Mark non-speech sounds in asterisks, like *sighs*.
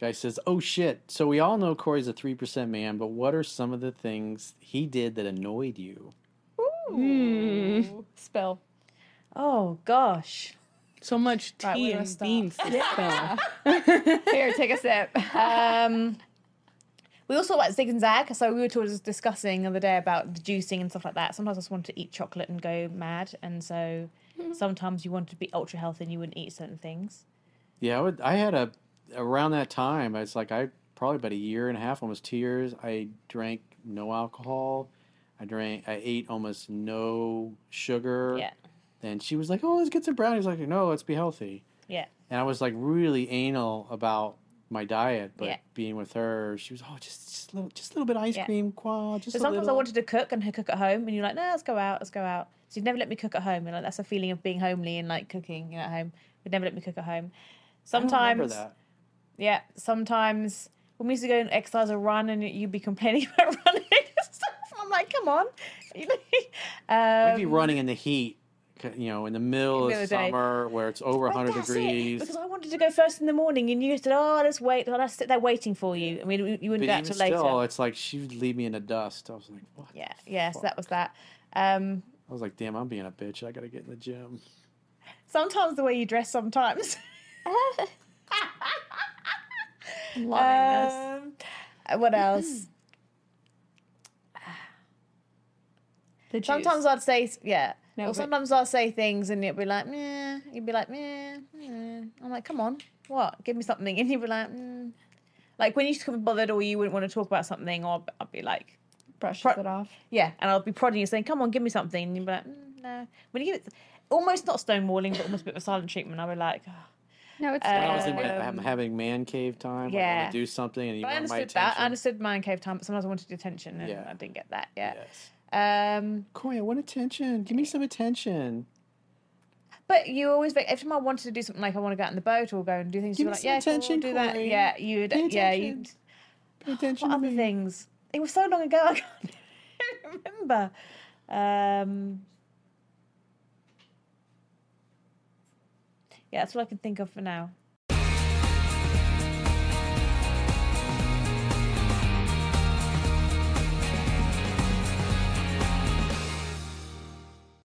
Guy says, "Oh shit! So we all know Corey's a three percent man, but what are some of the things he did that annoyed you?" Mm. Spell. Oh gosh, so much tea Right, we're gonna and stop. beans to *laughs* spell. Here, take a sip. Um, we also like zig and zag. So we were talking, discussing the other day about the juicing and stuff like that. Sometimes I just want to eat chocolate and go mad, and so Mm-hmm. sometimes you want to be ultra healthy and you wouldn't eat certain things. Yeah, I, would, I had a around that time. I was like, I probably about a year and a half, almost two years. I drank no alcohol. I drank. I ate almost no sugar. Yeah. And she was like, "Oh, let's get some brownies." I was like, "No, let's be healthy." Yeah. And I was like really anal about my diet, but Yeah. being with her, she was, "Oh, just just a little, just a little bit of ice Yeah. cream, qua, just So a sometimes I little." wanted to cook and cook at home, and you're like, no, let's go out, let's go out. So you'd never let me cook at home, and like that's a feeling of being homely and like cooking at home. Would never let me cook at home. I don't remember Sometimes, that. yeah, sometimes when we used to go and exercise or run, and you'd be complaining *laughs* about running and stuff. I'm like, come on. *laughs* You know? um, We'd be running in the heat, c- you know, in the middle of the other day. summer where it's over but 100 that's it, degrees. because I wanted to go first in the morning, and you said, "Oh, let's wait. I'll sit there waiting for you." I mean, But you wouldn't go even out till later. still, it's like she would leave me in the dust. I was like, what? yeah, yeah. So fuck? that was that. Um, I was like, damn, I'm being a bitch. I gotta get in the gym. sometimes the way you dress, sometimes. *laughs* I'm loving this. Um, uh, what else? The sometimes juice. I'd say, s- yeah. No, or but- sometimes I'd say things and you'd be like, meh. You'd be like, meh. meh." I'm like, come on, what? Give me something. And you'd be like, mm. like when you just couldn't be bothered or you wouldn't want to talk about something, or I'd- I'd be like, brushes Pro- it off. yeah. And I'll be prodding you saying, come on, give me something. And you'd be like, mm, no. When you give it, almost not stonewalling, but almost a bit of a silent treatment, I'd be like, "Oh." No, it's. When I Uh, was in my, um, I'm having man cave time. I yeah. want to do something, and you But I want my understood attention. that. I understood my own cave time, but sometimes I wanted attention and Yeah. I didn't get that. Yeah. Yes. Um, Corey, I want attention. Give me some attention. But you always, make- every time I wanted to do something, like I want to go out in the boat or go and do things, Give you're me like, some yeah, attention, cool, do that. Corey. Yeah, you'd, Pay yeah, attention. you'd. *sighs* Pay attention What to other me. things? It was so long ago, *laughs* I can't remember. Um, yeah, that's all I can think of for now.